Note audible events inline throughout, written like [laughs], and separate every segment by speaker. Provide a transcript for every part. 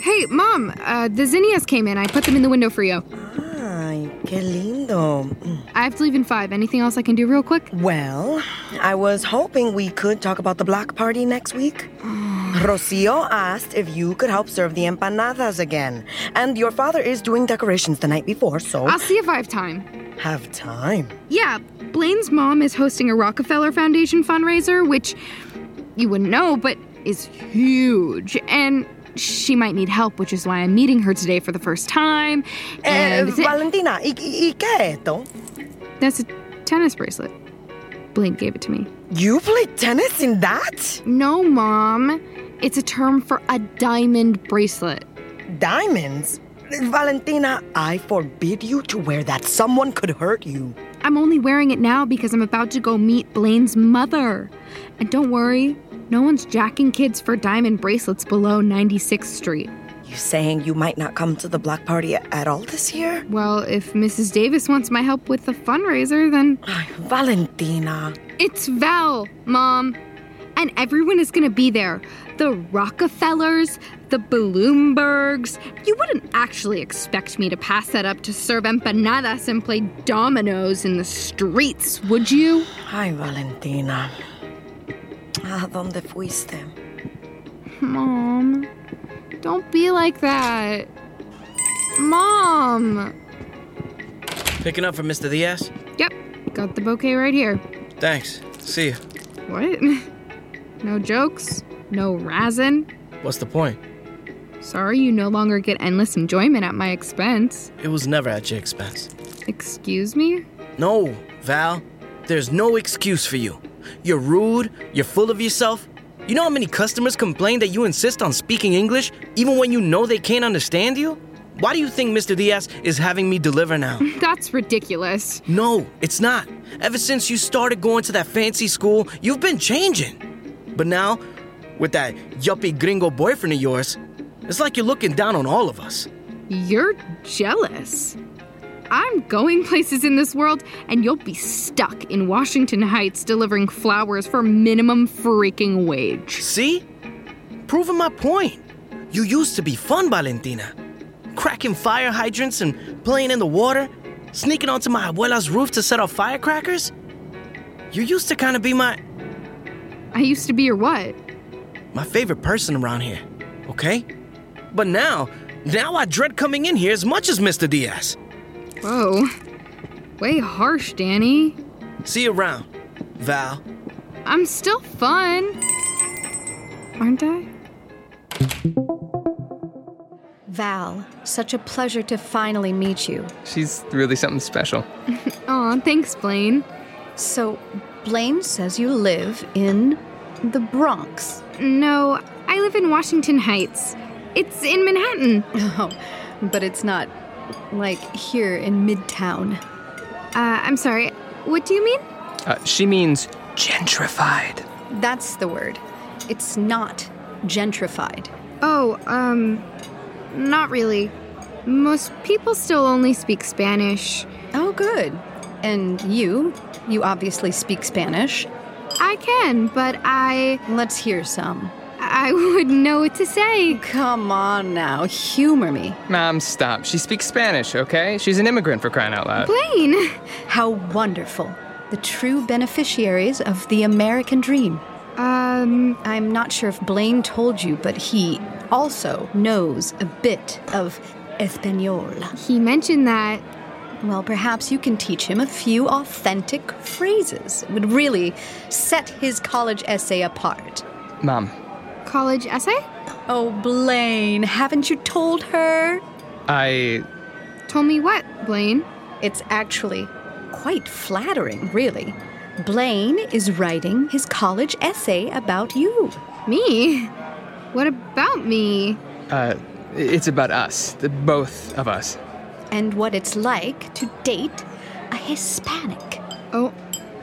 Speaker 1: Hey, Mom, uh, the zinnias came in. I put them in the window for you.
Speaker 2: Ay, qué lindo.
Speaker 1: I have to leave in five. Anything else I can do real quick?
Speaker 2: Well, I was hoping we could talk about the block party next week. Rocio asked if you could help serve the empanadas again. And your father is doing decorations the night before, so
Speaker 1: I'll see if I have time.
Speaker 2: have time.
Speaker 1: Yeah, Blaine's mom is hosting a Rockefeller Foundation fundraiser, which you wouldn't know, but is huge. And she might need help, which is why I'm meeting her today for the first time.
Speaker 2: Eh,
Speaker 1: And
Speaker 2: Valentina, ¿y, y, y qué esto?
Speaker 1: that's a tennis bracelet. Blaine gave it to me.
Speaker 2: You play tennis in that?
Speaker 1: No, Mom. It's a term for a diamond bracelet.
Speaker 2: Diamonds? Valentina, I forbid you to wear that. Someone could hurt you.
Speaker 1: I'm only wearing it now because I'm about to go meet Blaine's mother. And don't worry, no one's jacking kids for diamond bracelets below 96th Street.
Speaker 2: You saying you might not come to the block party at all this year?
Speaker 1: Well, if Mrs. Davis wants my help with the fundraiser, then
Speaker 2: Ay, Valentina.
Speaker 1: it's Val, Mom. And everyone is gonna be there. The Rockefellers, the Bloombergs. You wouldn't actually expect me to pass that up to serve empanadas and play dominoes in the streets, would you?
Speaker 2: Ay, Valentina. ¿A dónde fuiste?
Speaker 1: Mom, don't be like that. Mom!
Speaker 3: Picking up for Mr. Diaz?
Speaker 1: Yep, got the bouquet right here.
Speaker 3: Thanks. See ya.
Speaker 1: What? [laughs] No jokes? No razzin'?
Speaker 3: What's the point?
Speaker 1: Sorry you no longer get endless enjoyment at my expense.
Speaker 3: It was never at your expense.
Speaker 1: Excuse me?
Speaker 3: No, Val. There's no excuse for you. You're rude, you're full of yourself. You know how many customers complain that you insist on speaking English even when you know they can't understand you? Why do you think Mr. Diaz is having me deliver [laughs] now?
Speaker 1: That's ridiculous.
Speaker 3: No, it's not. Ever since you started going to that fancy school, you've been changing. But now, with that yuppie gringo boyfriend of yours, it's like you're looking down on all of us.
Speaker 1: You're jealous. I'm going places in this world, and you'll be stuck in Washington Heights delivering flowers for minimum freaking wage.
Speaker 3: See? Proving my point. You used to be fun, Valentina. Cracking fire hydrants and playing in the water, sneaking onto my abuela's roof to set off firecrackers. You used to kind of be my
Speaker 1: I used to be your what?
Speaker 3: my favorite person around here, okay? But now, now I dread coming in here as much as Mr. Diaz.
Speaker 1: Whoa. Way harsh, Danny.
Speaker 3: See you around, Val.
Speaker 1: I'm still fun. Aren't I?
Speaker 4: Val, such a pleasure to finally meet you.
Speaker 5: She's really something special.
Speaker 1: Aw, thanks, Blaine.
Speaker 4: So, Blaine says you live in the Bronx.
Speaker 1: No, I live in Washington Heights. It's in Manhattan. Uh,
Speaker 4: Oh, but it's not like here in Midtown.
Speaker 1: Uh, I'm sorry. What do you mean?
Speaker 5: Uh, she means gentrified.
Speaker 4: That's the word. It's not gentrified.
Speaker 1: Oh, um, not really. Most people still only speak Spanish.
Speaker 4: Oh, good. And you, you obviously speak Spanish.
Speaker 1: I can, but I
Speaker 4: Let's hear some.
Speaker 1: I [laughs] wouldn't know what to say.
Speaker 4: Come on now, humor me.
Speaker 5: Mom, stop. She speaks Spanish, okay? She's an immigrant for crying out loud.
Speaker 1: Blaine, [laughs]
Speaker 4: How wonderful. The true beneficiaries of the American dream.
Speaker 1: um,
Speaker 4: I'm not sure if Blaine told you, but he also knows a bit of Espanol.
Speaker 1: he mentioned that.
Speaker 4: Well, perhaps you can teach him a few authentic phrases. It would really set his college essay apart.
Speaker 5: Mom,
Speaker 1: College essay?
Speaker 4: Oh, Blaine, haven't you told her?
Speaker 5: I.
Speaker 1: Told me what, Blaine?
Speaker 4: It's actually quite flattering, really. Blaine is writing his college essay about you.
Speaker 1: Me? What about me?
Speaker 5: Uh, it's about us, the both of us.
Speaker 4: and what it's like to date a Hispanic.
Speaker 1: Oh,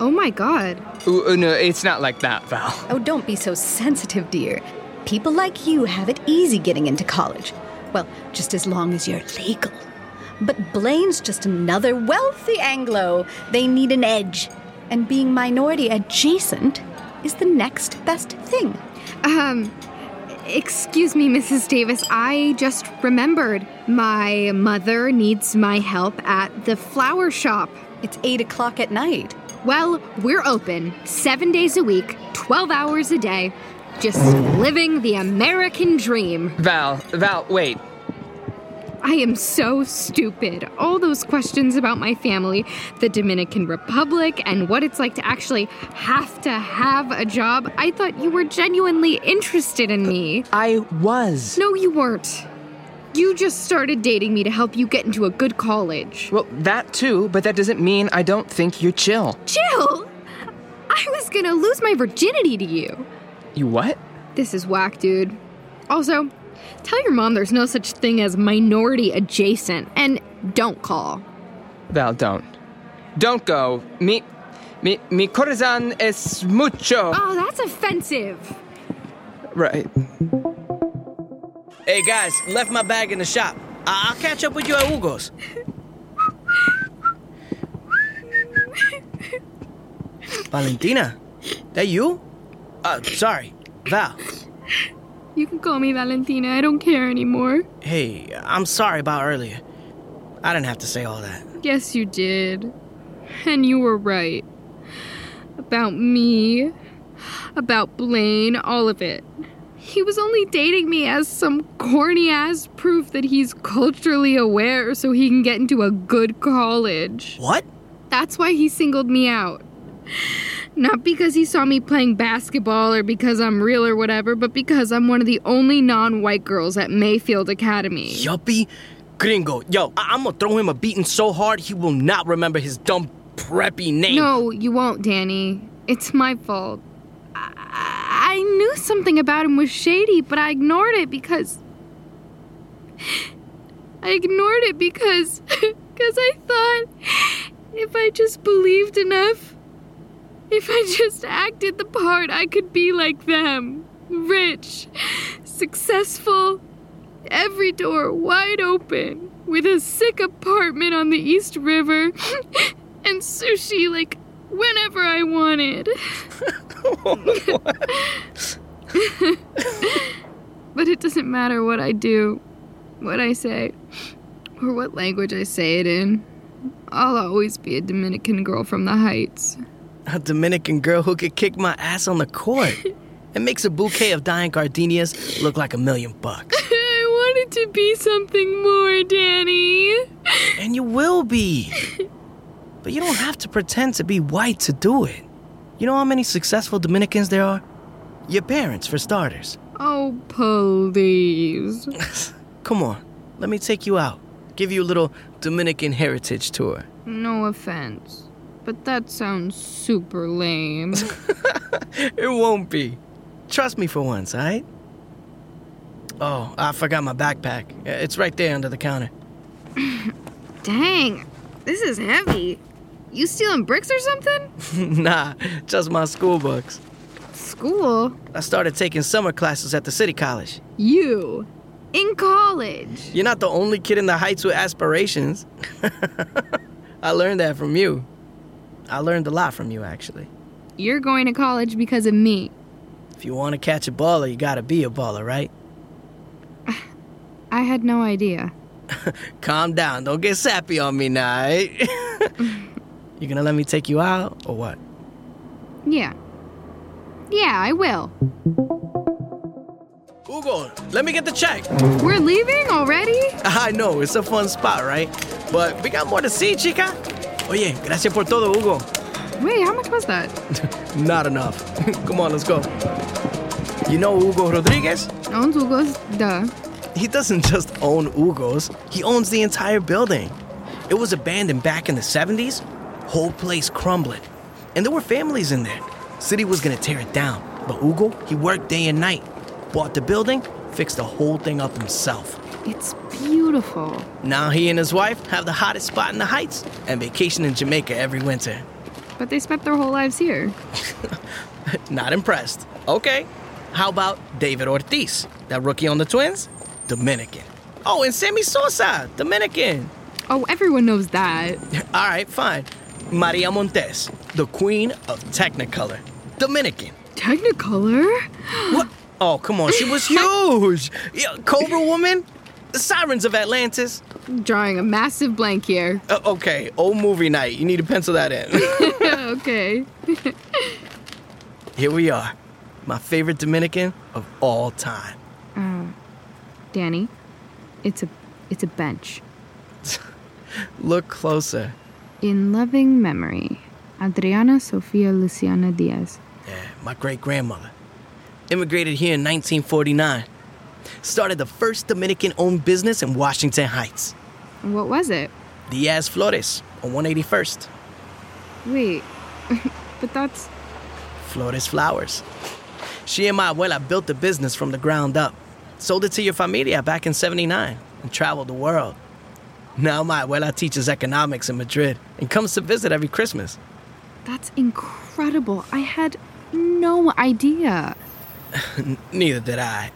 Speaker 1: oh my god.
Speaker 5: Ooh, uh, no, it's not like that, Val.
Speaker 4: Oh, don't be so sensitive, dear. People like you have it easy getting into college. Well, just as long as you're legal. But Blaine's just another wealthy Anglo. They need an edge. And being minority adjacent is the next best thing.
Speaker 1: Um, excuse me, Mrs. Davis. I just remembered. My mother needs my help at the flower shop.
Speaker 4: It's 8 o'clock at night.
Speaker 1: Well, we're open seven days a week, 12 hours a day. Just living the American dream.
Speaker 5: Val, Val, wait.
Speaker 1: I am so stupid. All those questions about my family, the Dominican Republic, and what it's like to actually have to have a job. I thought you were genuinely interested in me.
Speaker 6: I was.
Speaker 1: No, you weren't. You just started dating me to help you get into a good college.
Speaker 5: Well, that too, but that doesn't mean I don't think you're chill.
Speaker 1: Jill! I was gonna lose my virginity to you.
Speaker 5: You what?
Speaker 1: This is whack, dude. Also, tell your mom there's no such thing as minority adjacent, and don't call.
Speaker 5: Val, don't. Don't go. Mi, mi, mi corazón es mucho.
Speaker 1: Oh, that's offensive.
Speaker 5: Right.
Speaker 3: Hey guys, left my bag in the shop. I- I'll catch up with you at Hugo's. Valentina, that you? Uh, sorry, Val.
Speaker 1: You can call me Valentina, I don't care anymore.
Speaker 3: Hey, I'm sorry about earlier. I didn't have to say all that.
Speaker 1: Yes, you did. And you were right. About me, about Blaine, all of it. He was only dating me as some corny ass proof that he's culturally aware so he can get into a good college.
Speaker 3: What?
Speaker 1: That's why he singled me out. Not because he saw me playing basketball or because I'm real or whatever, but because I'm one of the only non white girls at Mayfield Academy.
Speaker 3: Yuppie gringo. Yo, I- I'm gonna throw him a beating so hard he will not remember his dumb preppy name.
Speaker 1: No, you won't, Danny. It's my fault. I, I knew something about him was shady, but I ignored it because. I ignored it because. [laughs] Because I thought if I just believed enough, if I just acted the part, I could be like them. Rich, successful, every door wide open, with a sick apartment on the East River, [laughs] and sushi like whenever I wanted. [laughs] but it doesn't matter what I do, what I say, or what language I say it in. I'll always be a Dominican girl from the heights. [laughs]
Speaker 3: A Dominican girl who could kick my ass on the court. and makes a bouquet of dying gardenias look like a million bucks.
Speaker 1: I wanted to be something more, Danny.
Speaker 3: And you will be. But you don't have to pretend to be white to do it. You know how many successful Dominicans there are? Your parents, for starters.
Speaker 1: Oh, please.
Speaker 3: Come on, let me take you out. Give you a little Dominican heritage tour. [laughs]
Speaker 1: No offense, but that sounds super lame.
Speaker 3: It won't be. Trust me for once, alright? Oh, I forgot my backpack. It's right there under the counter.
Speaker 1: [laughs]
Speaker 3: [laughs]
Speaker 1: Dang, this is heavy. You stealing bricks or something?
Speaker 3: nah, just my school books.
Speaker 1: School?
Speaker 3: I started taking summer classes at the city college.
Speaker 1: You. In college.
Speaker 3: You're not the only kid in the Heights with aspirations. [laughs] I learned that from you. I learned a lot from you, actually.
Speaker 1: You're going to college because of me.
Speaker 3: If you want to catch a baller, you gotta be a baller, right?
Speaker 1: I had no idea.
Speaker 3: Calm down. Don't get sappy on me now, right? [laughs] you gonna let me take you out or what?
Speaker 1: Yeah. Yeah, I will.
Speaker 3: Hugo, let me get the check.
Speaker 1: We're leaving already?
Speaker 3: [laughs] I know, it's a fun spot, right? But we got more to see, chica. Oye, gracias por todo, Hugo.
Speaker 1: Wait, how much was that?
Speaker 3: Not enough. [laughs] Come on, let's go. You know Hugo Rodriguez?
Speaker 1: Owns Hugo's. Duh.
Speaker 3: He doesn't just own Ugo's, he owns the entire building. It was abandoned back in the 70s, whole place crumbling. And there were families in there. City was gonna tear it down, but Ugo, he worked day and night, bought the building, fixed the whole thing up himself.
Speaker 1: It's beautiful.
Speaker 3: Now he and his wife have the hottest spot in the Heights and vacation in Jamaica every winter.
Speaker 1: But they spent their whole lives here.
Speaker 3: Not impressed. Okay. How about David Ortiz, that rookie on the Twins? Dominican. Oh, and Sammy Sosa, Dominican. [laughs]
Speaker 1: Oh, everyone knows that.
Speaker 3: All right, fine. Maria Montes, the queen of Technicolor, Dominican.
Speaker 1: Technicolor?
Speaker 3: What? Oh, come on, she was huge. Yeah, Cobra Woman, Sirens of Atlantis.
Speaker 1: Drawing a massive blank here. [laughs]
Speaker 3: Uh, okay, old movie night. You need to pencil that in.
Speaker 1: okay.
Speaker 3: Here we are, my favorite Dominican of all time.
Speaker 1: Danny, it's a it's a bench.
Speaker 3: Look closer.
Speaker 1: In loving memory, Adriana Sofia Luciana Diaz.
Speaker 3: Yeah, my great grandmother. Immigrated here in 1949. Started the first Dominican owned business in Washington Heights,
Speaker 1: What was it?
Speaker 3: Diaz Flores, on 181st.
Speaker 1: Wait. [laughs] but that's
Speaker 3: Flores Flowers. She and my abuela built the business from the ground up, sold it to your familia back in 79, and traveled the world. Now my abuela teaches economics in Madrid and comes to visit every Christmas.
Speaker 1: that's incredible. I had no idea.
Speaker 3: Neither did I.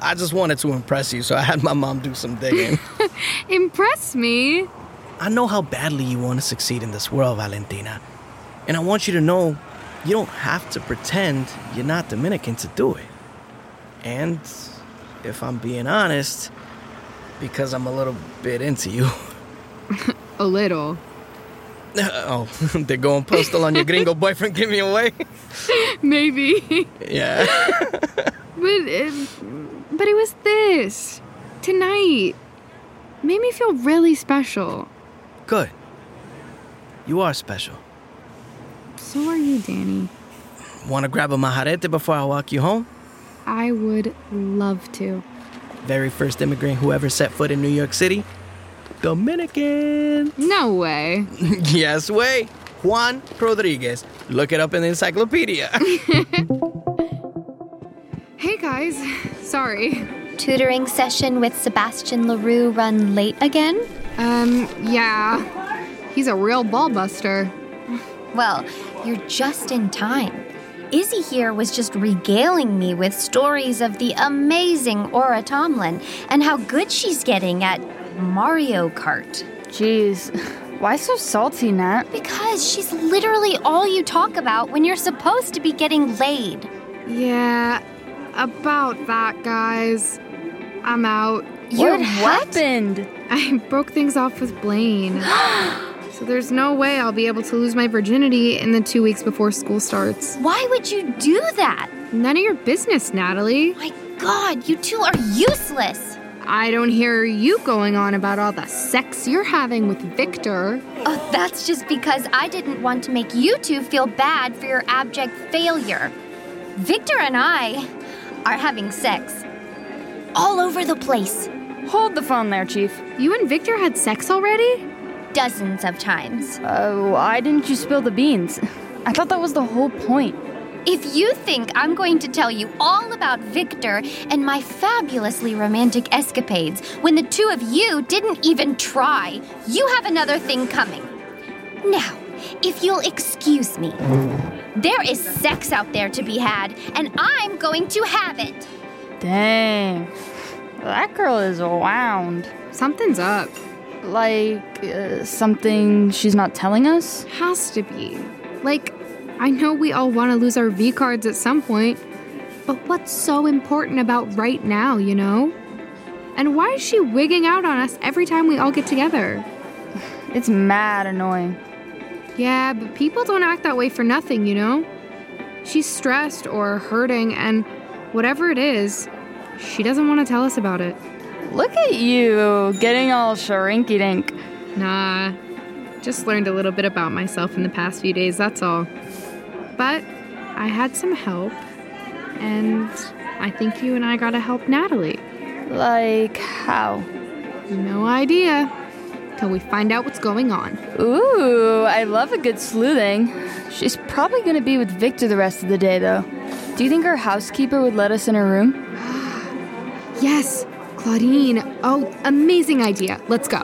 Speaker 3: I just wanted to impress you, so I had my mom do some digging.
Speaker 1: Impress me.
Speaker 3: I know how badly you want to succeed in this world, Valentina. And I want you to know you don't have to pretend you're not Dominican to do it. And if I'm being honest, because I'm a little bit into you. [laughs]
Speaker 1: A little. [laughs]
Speaker 3: oh, [laughs] they're going postal on your gringo boyfriend, give me away. [laughs]
Speaker 1: Maybe. [laughs]
Speaker 3: yeah. [laughs]
Speaker 1: but it, but it was this. Tonight made me feel really special.
Speaker 3: Good. You are special.
Speaker 1: So are you, Danny.
Speaker 3: Want to grab a majarete before I walk you home?
Speaker 1: I would love to.
Speaker 3: Very first immigrant who ever set foot in New York City? Dominican.
Speaker 1: No way.
Speaker 3: Yes, way. Juan Rodriguez. Look it up in the encyclopedia. [laughs]
Speaker 1: Hey guys, sorry.
Speaker 6: Tutoring session with Sebastian LaRue run late again?
Speaker 1: Um, yeah. He's a real ball buster.
Speaker 6: Well, you're just in time. Izzy here was just regaling me with stories of the amazing Aura Tomlin and how good she's getting at Mario Kart.
Speaker 7: Jeez, why so salty, Nat?
Speaker 6: Because she's literally all you talk about when you're supposed to be getting laid.
Speaker 1: Yeah, about that, guys. I'm out.
Speaker 6: You're
Speaker 7: happened?
Speaker 1: [laughs] I broke things off with Blaine. so there's no way I'll be able to lose my virginity in the two weeks before school starts.
Speaker 6: Why would you do that?
Speaker 1: None of your business, Natalie.
Speaker 6: My god, you two are useless.
Speaker 1: I don't hear you going on about all the sex you're having with Victor.
Speaker 6: Oh, that's just because I didn't want to make you two feel bad for your abject failure. Victor and I are having sex all over the place,
Speaker 7: Hold the phone there, Chief.
Speaker 1: You and Victor had sex already?
Speaker 6: dozens of times.
Speaker 7: Oh, why didn't you spill the beans? [laughs] I thought that was the whole point.
Speaker 6: If you think I'm going to tell you all about Victor and my fabulously romantic escapades when the two of you didn't even try, you have another thing coming. Now, if you'll excuse me, there is sex out there to be had, and I'm going to have it.
Speaker 7: Dang. That girl is wound.
Speaker 1: Something's up.
Speaker 7: Like, uh, something she's not telling us?
Speaker 1: Has to be. Like, I know we all want to lose our V cards at some point, but what's so important about right now, you know? And why is she wigging out on us every time we all get together?
Speaker 7: It's mad annoying.
Speaker 1: Yeah, but people don't act that way for nothing, you know? She's stressed or hurting, and whatever it is, she doesn't want to tell us about it.
Speaker 7: Look at you, getting all sharinky dink.
Speaker 1: Nah, just learned a little bit about myself in the past few days, that's all. But I had some help, and I think you and I gotta help Natalie.
Speaker 7: Like, how?
Speaker 1: No idea. till we find out what's going on.
Speaker 7: Ooh, I love a good sleuthing. She's probably gonna be with Victor the rest of the day, though. Do you think her housekeeper would let us in her room?
Speaker 1: Yes, Claudine. Oh, amazing idea. Let's go.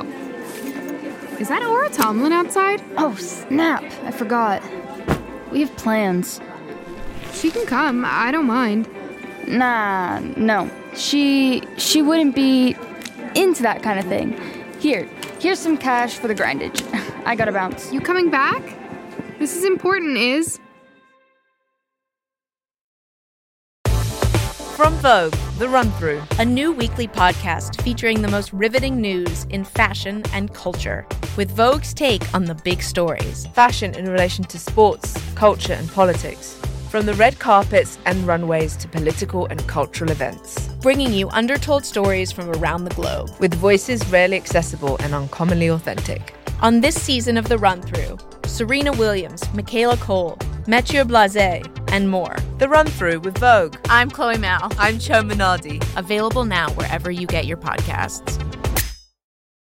Speaker 1: Is that Aura Tomlin outside?
Speaker 7: Oh, snap! I forgot. We have plans.
Speaker 1: She can come. I don't mind.
Speaker 7: Nah, no. She she wouldn't be into that kind of thing. Here, here's some cash for the grindage. [laughs] I gotta bounce.
Speaker 1: You coming back? This is important, is.
Speaker 8: From Vogue, The Run Through, a new weekly podcast featuring the most riveting news in fashion and culture, with Vogue's take on the big stories.
Speaker 9: fashion in relation to sports, culture, and politics, from the red carpets and runways to political and cultural events,
Speaker 8: bringing you undertold stories from around the globe.
Speaker 9: with voices rarely accessible and uncommonly authentic.
Speaker 8: On this season of The Run Through, Serena Williams, Michaela Cole, Mathieu Blase, and more.
Speaker 9: The Run Through with Vogue.
Speaker 8: I'm Chloe Mao,
Speaker 9: I'm Cho Minardi.
Speaker 8: available now wherever you get your podcasts.